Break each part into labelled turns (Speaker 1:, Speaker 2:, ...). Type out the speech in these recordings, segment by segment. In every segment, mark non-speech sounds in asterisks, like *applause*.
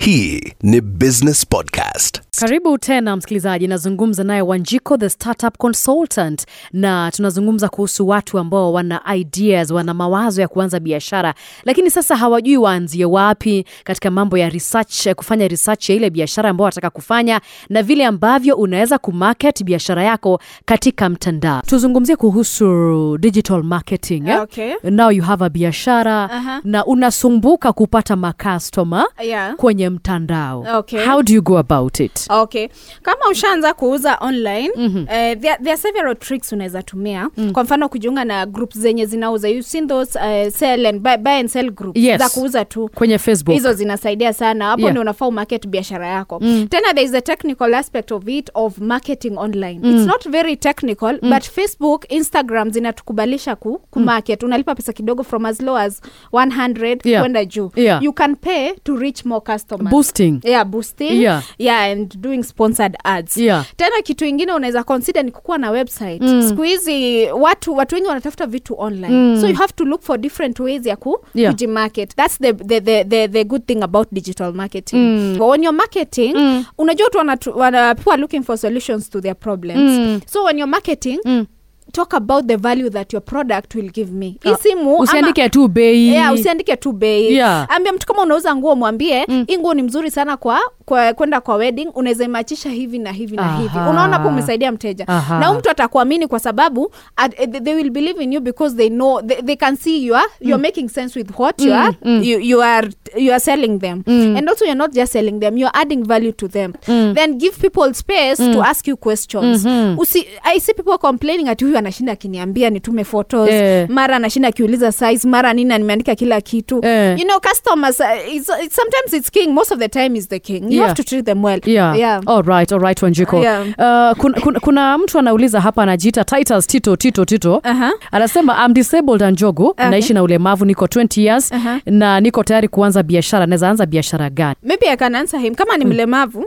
Speaker 1: Hii ni Business Podcast.
Speaker 2: Karibu tena msikilizaji, nazungumza naye Wanjiko the startup consultant, na tunazungumza kuhusu watu ambao wana ideas, wana mawazo ya kuanza biashara, lakini sasa hawajui waanzie wapi katika mambo ya research, kufanya research ya ile biashara ambao wanataka kufanya na vile ambavyo unaweza kumarket biashara yako katika mtandao. Tuzungumzie kuhusu digital marketing. eh?
Speaker 3: Okay. Uh-huh.
Speaker 2: Now you have a biashara
Speaker 3: Aha.
Speaker 2: na unasumbuka kupata makastoma
Speaker 3: Yeah.
Speaker 2: kwenye mtandao
Speaker 3: Okay.
Speaker 2: how do you go about it
Speaker 3: okay kama ushaanza kuuza online mm-hmm. eh, there, there are several tricks unaweza tumia mm. kwa mfano kujiunga na group zenye zinauza You've seen those eh, sell and buy, buy and sell group
Speaker 2: Yes.
Speaker 3: za kuuza tu
Speaker 2: kwenye facebook
Speaker 3: hizo zinasaidia sana
Speaker 2: Yeah.
Speaker 3: hapo yeah. ndio unafaa umarket biashara yako mm. tena there is a technical aspect of it of marketing online mm. it's not very technical mm. but facebook instagram zinatukubalisha ku, kumarket mm. unalipa pesa kidogo from as low as 100
Speaker 2: Yeah.
Speaker 3: kwenda juu
Speaker 2: Yeah.
Speaker 3: you can pay to reach more customers
Speaker 2: boosting
Speaker 3: yeah boosting
Speaker 2: Mm. Yeah.
Speaker 3: yeah and doing sponsored ads
Speaker 2: Yeah.
Speaker 3: tena kitu ingine unaweza consider ni kukuwa na website mm. siku hizi watu watu wengi wanatafuta vitu online mm. so you have to look for different ways ya ku,
Speaker 2: Yeah.
Speaker 3: kujimarket that's the, the, the, the, the good thing about digital marketing mm. when you're marketing mm. unajua watu wanatu- wana, people are looking for solutions to their problems
Speaker 2: Mm.
Speaker 3: so when you're marketing mm. talk about the value that your product will give me hii
Speaker 2: Ah,
Speaker 3: simu ama-
Speaker 2: usiandike tu bei
Speaker 3: yeah, Eh, usiandike tu bei
Speaker 2: Yeah.
Speaker 3: ambia mtu kama unauza nguo mwambie mm. hii nguo ni mzuri sana kwa kwa- kwenda kwa wedding unaweza imachisha hivi na hivi na
Speaker 2: Aha.
Speaker 3: hivi unaona hapo umesaidia mteja
Speaker 2: Aha.
Speaker 3: na huyu mtu atakuamini kwa sababu at, eh, they will believe in you because they know they, they can see you are, you
Speaker 2: Mm.
Speaker 3: are making sense with what you are you, you are you are selling them
Speaker 2: Mm.
Speaker 3: and also you're not just selling them you're adding value to them then give people space
Speaker 2: Mm.
Speaker 3: to ask you questions
Speaker 2: Mm-hmm.
Speaker 3: Usi, i see people complaining ati huyu anashinda akiniambia nitume photos
Speaker 2: Eh.
Speaker 3: mara anashinda akiuliza size mara nini na nimeandika kila kitu
Speaker 2: Eh.
Speaker 3: you know customers uh, it's, it's, sometimes it's king most of the time is the king you
Speaker 2: Yeah.
Speaker 3: have to treat them well
Speaker 2: Yeah.
Speaker 3: yeah.
Speaker 2: All right, all right, Wanjiko.
Speaker 3: Yeah.
Speaker 2: Uh, kuna, kuna, kuna mtu anauliza hapa anajiita Titus Tito Tito Tito.
Speaker 3: Aha.
Speaker 2: Anasema I'm disabled and njogu, naishi na ulemavu, niko 20 years
Speaker 3: Aha.
Speaker 2: na niko tayari kuanza biashara. Naweza anza biashara gani?
Speaker 3: maybe i can answer him kama ni
Speaker 2: Mm.
Speaker 3: mlemavu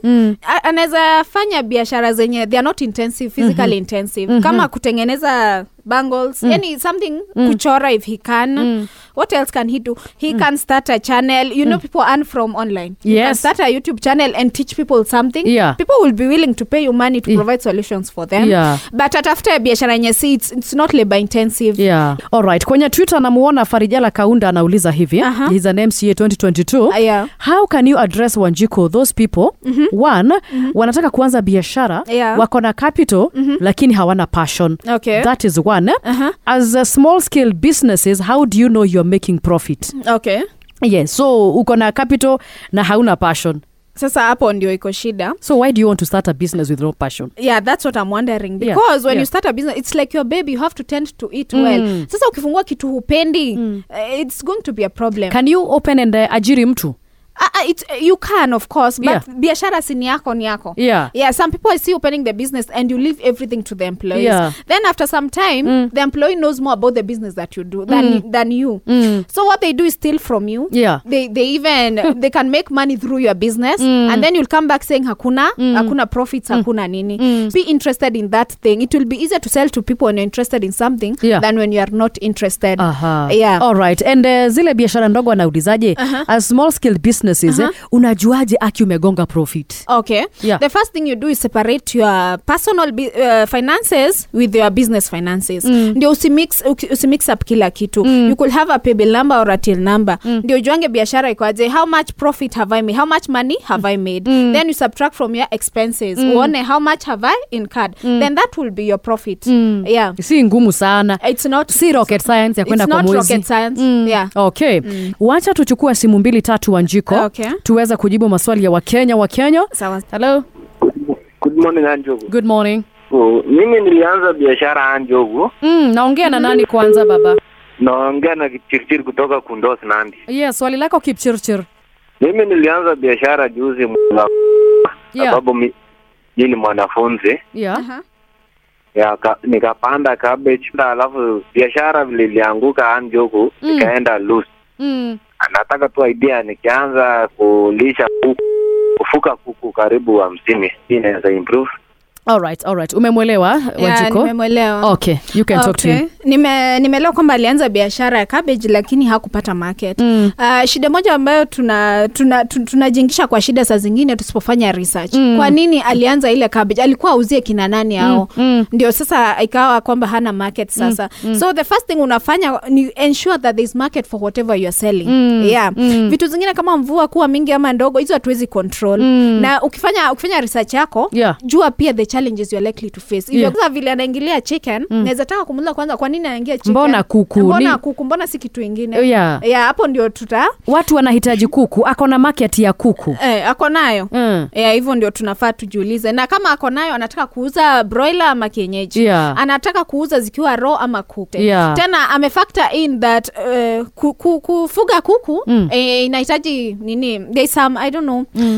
Speaker 3: a- anaweza fanya biashara zenye they are not intensive physically
Speaker 2: Mm-hmm.
Speaker 3: intensive kama kutengeneza bangles
Speaker 2: Mm.
Speaker 3: yani something kuchora if he can what else can he do he can start a channel you know people earn from online You can
Speaker 2: Mm. Yes.
Speaker 3: start a youtube channel and teach people something
Speaker 2: Yeah.
Speaker 3: people will be willing to pay you money to
Speaker 2: Yeah.
Speaker 3: provide solutions for them
Speaker 2: Yeah.
Speaker 3: but atafute biashara yenye si it's, it's not labor intensive
Speaker 2: Yeah. All right. Kwenye Twitter namuona Farijala Kaunda anauliza hivi.
Speaker 3: Aha.
Speaker 2: He's an MCA 2022.
Speaker 3: Ah, yeah. Mm-hmm.
Speaker 2: How can you address Wanjiko those people? One, wanataka kuanza biashara,
Speaker 3: Yeah. Mm-hmm.
Speaker 2: wako na capital lakini hawana passion.
Speaker 3: Okay.
Speaker 2: That is one.
Speaker 3: Uh-huh.
Speaker 2: As a small scale businesses, how do you know you're making profit?
Speaker 3: okay
Speaker 2: Yes. So uko na capital na hauna passion.
Speaker 3: sasa hapo ndio iko shida
Speaker 2: So why do you want to start a business with no passion?
Speaker 3: yeah that's what i'm wondering
Speaker 2: Yeah,
Speaker 3: because
Speaker 2: yeah.
Speaker 3: when
Speaker 2: Mm.
Speaker 3: you start a business it's like your baby you have to tend to it well sasa ukifungua kitu hupendi eh, it's going to be a problem
Speaker 2: Can you open and uh, ajiri mtu?
Speaker 3: Ah, ah, it's, you can of course but
Speaker 2: Yeah.
Speaker 3: biashara si ni yako ni yako
Speaker 2: Yeah.
Speaker 3: yeah some people i see opening the business and you leave everything to the employees
Speaker 2: Yeah. Mm.
Speaker 3: then after some time the employee knows more about the business that you do than, than you so what they do is steal from you
Speaker 2: Mm. Yeah.
Speaker 3: they, they
Speaker 2: *laughs*
Speaker 3: even they can make money through your business
Speaker 2: Mm.
Speaker 3: and then you'll come back saying hakuna hakuna profits hakuna nini
Speaker 2: Mm.
Speaker 3: be interested in that thing it will be easier to sell to people when you're interested in something
Speaker 2: Yeah. Uh-huh.
Speaker 3: than when you are not interested
Speaker 2: Aha.
Speaker 3: yeah
Speaker 2: All right. And uh, zile biashara ndogo anaulizaje? As small scale businesses, eh, unajuaje aki umegonga profit?
Speaker 3: Okay.
Speaker 2: Yeah.
Speaker 3: The first thing you do is separate your personal bu- uh, finances with your business finances.
Speaker 2: Mm.
Speaker 3: Ndio usimix uki- usimix up kila kitu. You could have a paybill number or a till number.
Speaker 2: Mm.
Speaker 3: Ndio ujuange biashara iko aje. How much profit have I made? How much money have I made?
Speaker 2: Mm.
Speaker 3: Then you subtract from your expenses. Uone how much have I incurred?
Speaker 2: Mm.
Speaker 3: Then that will be your profit. Yeah.
Speaker 2: Si ngumu sana.
Speaker 3: It's not
Speaker 2: Si rocket science ya
Speaker 3: it's
Speaker 2: Mm. kwenda kwa
Speaker 3: not
Speaker 2: mwezi. Mm.
Speaker 3: rocket science. Yeah.
Speaker 2: okay wacha tuchukua simu mbili tatu wanjiko
Speaker 3: Okay.
Speaker 2: tuweze kujibu maswali ya wakenya wakenya
Speaker 3: Sawa.
Speaker 2: hello
Speaker 4: Good morning Anjogu.
Speaker 2: good morning
Speaker 4: Oh, mimi nilianza biashara Anjogu,
Speaker 2: mm, naongea
Speaker 3: Mm-hmm.
Speaker 2: na nani kwanza baba
Speaker 4: naongea na Kichirchir kutoka Kundos Nandi.
Speaker 2: yeah swali lako kipchirchir
Speaker 4: Mimi nilianza biashara juzi mwaka,
Speaker 2: yeah.
Speaker 4: sababu mi mi ni mwanafunzi
Speaker 2: yeah.
Speaker 3: Uh-huh.
Speaker 4: ya, ka, nikapanda cabbage, alafu biashara vile ilianguka Anjogu
Speaker 2: Mm.
Speaker 4: ikaenda loose.
Speaker 2: mm.
Speaker 4: Nataka tu idea nikianza kulisha kuku, kufuka kuku karibu hamsini, hii inaweza improve.
Speaker 2: alright alright umemwelewa
Speaker 3: Yeah,
Speaker 2: wanjiko
Speaker 3: nimemwelewa
Speaker 2: okay you can talk to
Speaker 3: Okay.
Speaker 2: him
Speaker 3: Nime- nimeelewa kwamba alianza biashara ya cabbage lakini hakupata market mm. uh, shida moja ambayo tunajiingisha tuna, tuna, tunajiingisha kwa shida saa zingine tusipofanya research mm. kwa nini alianza ile cabbage alikuwa auzie kina nani hao mm. mm. ndio sasa ikawa kwamba hana market sasa mm. Mm. so the first thing unafanya ni ensure that there is market for whatever you are selling mm. yeah mm. vitu zingine kama mvua kuwa mingi ama ndogo hizo hatuwezi control mm. na ukifanya ukifanya research yako
Speaker 2: Yeah.
Speaker 3: jua pia the challenges you're likely to face
Speaker 2: Yeah.
Speaker 3: yeah. vile anaingilia chicken mm. naweza taka kumuuliza kwanza kwa nini anaingia chicken
Speaker 2: Mbona kuku? Ni-
Speaker 3: mbona kuku mbona si kitu ingine
Speaker 2: Yeah.
Speaker 3: yeah, hapo ndio tuta
Speaker 2: watu wanahitaji kuku ako na market ya kuku
Speaker 3: eh, ako nayo
Speaker 2: Mm.
Speaker 3: yeah, hivyo ndio tunafaa tujiulize na kama ako nayo anataka kuuza broiler ama kienyeji
Speaker 2: Yeah.
Speaker 3: anataka kuuza zikiwa raw ama cooked
Speaker 2: Yeah.
Speaker 3: tena amefactor in that uh, ku, ku, kufuga kuku
Speaker 2: Mm.
Speaker 3: eh, inahitaji nini there is some i don't know uh, you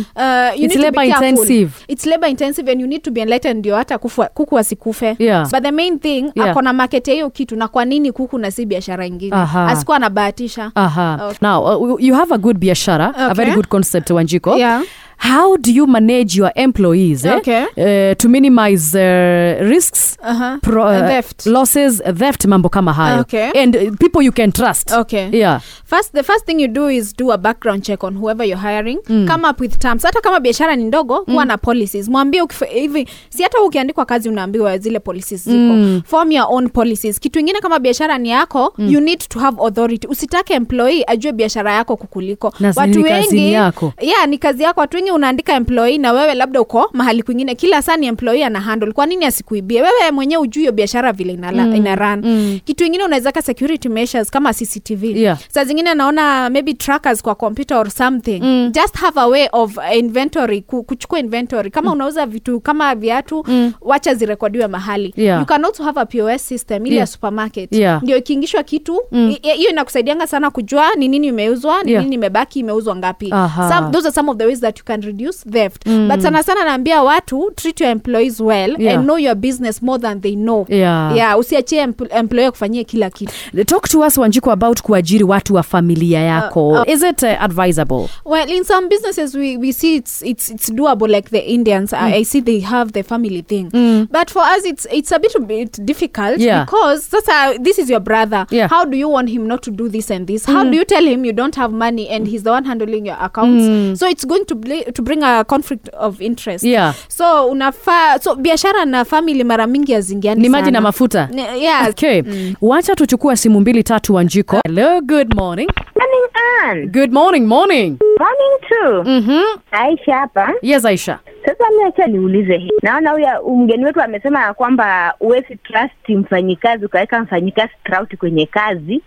Speaker 2: It's
Speaker 3: need to be
Speaker 2: labor
Speaker 3: careful.
Speaker 2: intensive.
Speaker 3: it's labor intensive and you need to be enlightened ndio hata kufu- kuku asikufe
Speaker 2: Yeah.
Speaker 3: but the main thing
Speaker 2: Yeah.
Speaker 3: ako na market ya hiyo kitu na kwa nini kuku na si biashara ingine
Speaker 2: Aha.
Speaker 3: asikuwa anabahatisha
Speaker 2: Aha.
Speaker 3: Okay.
Speaker 2: Now, uh, you have a good biashara, a
Speaker 3: Okay.
Speaker 2: very good concept, Wanjiko.
Speaker 3: Yeah.
Speaker 2: How do you manage your employees eh,
Speaker 3: Okay.
Speaker 2: eh, to minimize uh, risks,
Speaker 3: Aha.
Speaker 2: pro- uh,
Speaker 3: And theft.
Speaker 2: losses, theft, mambo kama hayo
Speaker 3: Okay.
Speaker 2: and uh, people you can trust.
Speaker 3: Okay.
Speaker 2: Yeah.
Speaker 3: first the first thing you do is do a background check on whoever you're hiring mm. come up with terms hata kama biashara ni ndogo
Speaker 2: Mm.
Speaker 3: kuwa na policies mwambie ukif- hivi si hata ukiandikwa kazi unaambiwa zile policies ziko mm. form your own policies kitu ingine kama biashara ni yako mm. you need to have authority usitake employee ajue biashara yako kukuliko
Speaker 2: Na si ni kazi ni yako.
Speaker 3: yeah, ni kazi yako watu wengi unaandika employee na wewe labda uko mahali kwingine kila saa ni employee ana handle kwa nini asikuibie wewe mwenyewe ujui hiyo biashara vile inala, mm. ina run mm. kitu ingine unaweza ka security measures kama cctv
Speaker 2: Yeah.
Speaker 3: saa zingine naona maybe trackers kwa computer or something mm. just have a way of uh, inventory ku, kuchukua inventory kama mm. unauza vitu kama viatu mm. wacha zirekodiwe mahali
Speaker 2: Yeah.
Speaker 3: you can also have a pos system ile
Speaker 2: Yeah.
Speaker 3: ya supermarket
Speaker 2: Yeah.
Speaker 3: ndio ikiingisha kitu mm. hiyo inakusaidianga sana kujua ni nini imeuzwa ni
Speaker 2: Yeah.
Speaker 3: nini imebaki imeuzwa ngapi
Speaker 2: Aha.
Speaker 3: some, those are some of the ways that you can reduce theft mm. but sana sana naambia watu treat your employees well
Speaker 2: Yeah.
Speaker 3: and know your business more than they know
Speaker 2: Yeah.
Speaker 3: Yeah, usiachie empl- employee kufanyia kila kitu
Speaker 2: Talk to us Wanjiko about kuajiri watu wa familia yako.
Speaker 3: Uh,
Speaker 2: Is it uh, advisable?
Speaker 3: Well, in some businesses, we, we see it's it's it's doable. Like the Indians,
Speaker 2: Mm.
Speaker 3: I, I see they have the family thing. But for us, it's it's a bit bit difficult
Speaker 2: Yeah.
Speaker 3: because sasa, this is your brother.
Speaker 2: Yeah. Mm.
Speaker 3: How do you want him not to do this and this? How do you tell him you don't have money and he's the one handling your accounts? So it's going to bl- to bring a conflict of interest.
Speaker 2: Mm. Yeah.
Speaker 3: So unafaa so biashara na family mara mingi hazingiani
Speaker 2: Ni maji
Speaker 3: sana.
Speaker 2: na mafuta.
Speaker 3: Ne- Yeah. Mm. Uh.
Speaker 2: Okay. Wacha tuchukua simu mbili tatu Wanjiko. Hello, good morning.
Speaker 5: Morning Ann.
Speaker 2: Good morning, morning.
Speaker 5: Morning too.
Speaker 2: Mhm.
Speaker 5: Aisha hapa.
Speaker 2: Yes, Aisha.
Speaker 5: Sasa mimi acha niulize hii. Naona huyu uh, mgeni wetu amesema ya kwamba huwezi trust mfanyikazi ukaweka mfanyikazi trauti kwenye kazi.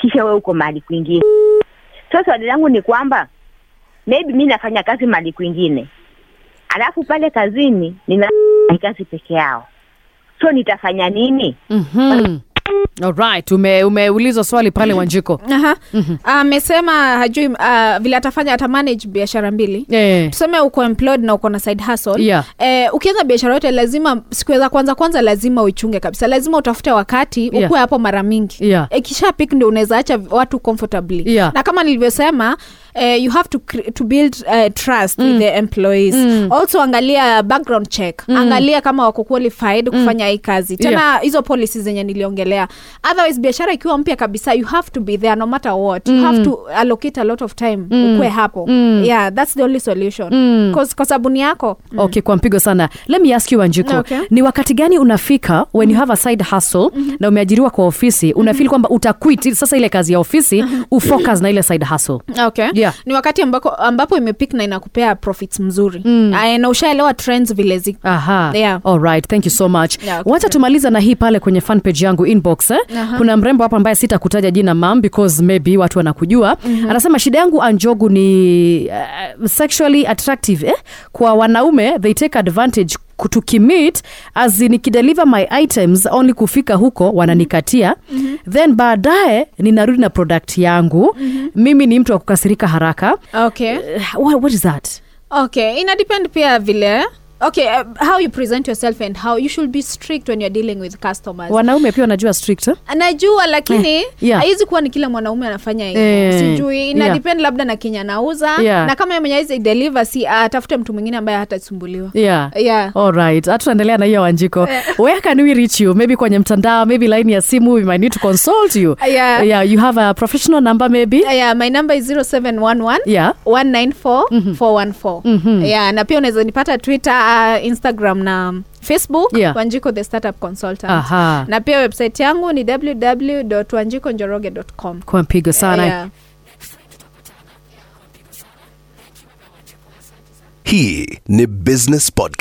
Speaker 5: Kisha wewe uko mahali kwingine. Sasa swali langu ni kwamba maybe mi nafanya kazi mahali kwingine. Alafu pale kazini nina kazi peke yao. So nitafanya nini?
Speaker 2: Mhm. Alright, ume umeulizwa swali pale Wanjiko.
Speaker 3: Aha.
Speaker 2: Mhm.
Speaker 3: Ah, Amesema hajui ah, vile atafanya atamanage biashara mbili.
Speaker 2: Eh.
Speaker 3: tuseme uko employed na uko na side hustle
Speaker 2: Yeah.
Speaker 3: eh, ukianza biashara yote lazima siku za kwanza kwanza lazima uchunge kabisa lazima utafute wakati
Speaker 2: Yeah.
Speaker 3: yeah. ukuwe hapo mara mingi
Speaker 2: Yeah.
Speaker 3: eh, kisha pik ndio unaweza acha watu comfortably
Speaker 2: Yeah.
Speaker 3: na kama nilivyosema eh, you have to, cre- to build uh, trust mm. with the employees mm. also angalia background check mm. angalia kama wako qualified kufanya hii kazi tena
Speaker 2: Yeah.
Speaker 3: Ah, hizo policies zenye niliongelea otherwise biashara ikiwa mpya kabisa you have to be there no matter what you have to allocate a lot of time mm. ukwe hapo mm. yeah that's the only solution mm. kwa sababu ni yako
Speaker 2: Okay, kwa mpigo sana. Let me ask you Wanjiko.
Speaker 3: Okay.
Speaker 2: Ni wakati gani unafika when you have a side hustle na umeajiriwa kwa ofisi, unafeel kwamba utaquit sasa ile kazi ya ofisi, ufocus na ile side hustle.
Speaker 3: okay
Speaker 2: Yeah.
Speaker 3: ni wakati ambako, ambapo imepik na inakupea profits mzuri mm. Oh. na ushaelewa trends vile zi
Speaker 2: Aha.
Speaker 3: Yeah.
Speaker 2: All right. Thank you so much.
Speaker 3: Yeah, okay. Uh-huh.
Speaker 2: Wacha tumaliza na hii pale kwenye fan page yangu inbox eh?
Speaker 3: Aha.
Speaker 2: Kuna mrembo hapa ambaye sitakutaja jina mam because maybe watu wanakujua.
Speaker 3: Mm-hmm.
Speaker 2: Anasema shida yangu Anjogu ni uh, sexually attractive eh? Kwa wanaume they take advantage ku- tukimit as in nikideliver my items only kufika huko wananikatia mm-hmm. then baadaye ninarudi na product yangu mm-hmm. mimi ni mtu wa kukasirika haraka
Speaker 3: okay
Speaker 2: uh, what, what is that
Speaker 3: okay ina depend pia vile okay uh, how you present yourself and how you should be strict when you're dealing with customers
Speaker 2: wanaume pia wanajua strict eh?
Speaker 3: najua lakini
Speaker 2: yeah.
Speaker 3: haiwezi kuwa ni kila mwanaume anafanya hivyo
Speaker 2: Eh,
Speaker 3: sijui ina
Speaker 2: yeah.
Speaker 3: depend labda na kenya anauza
Speaker 2: Yeah.
Speaker 3: na kama yeye mwenye hawezi deliver si atafute mtu mwingine ambaye hatasumbuliwa
Speaker 2: yeah.
Speaker 3: Yeah.
Speaker 2: alright hatutaendelea na hiyo
Speaker 3: *laughs*
Speaker 2: wanjiko where can we reach you maybe kwenye mtandao maybe line ya simu we might need to consult you
Speaker 3: Yeah.
Speaker 2: yeah you have a professional number maybe
Speaker 3: yeah, my number is 0711
Speaker 2: Yeah. Mm-hmm.
Speaker 3: 194 414 yeah, na pia unaweza nipata twitter uh, instagram na um, facebook
Speaker 2: Yeah.
Speaker 3: wanjiko the startup consultant
Speaker 2: Aha.
Speaker 3: na pia website yangu ni www wanjikojoroge com
Speaker 2: kwa mpigo sana
Speaker 3: yeah.
Speaker 1: Hii ni Business Podcast.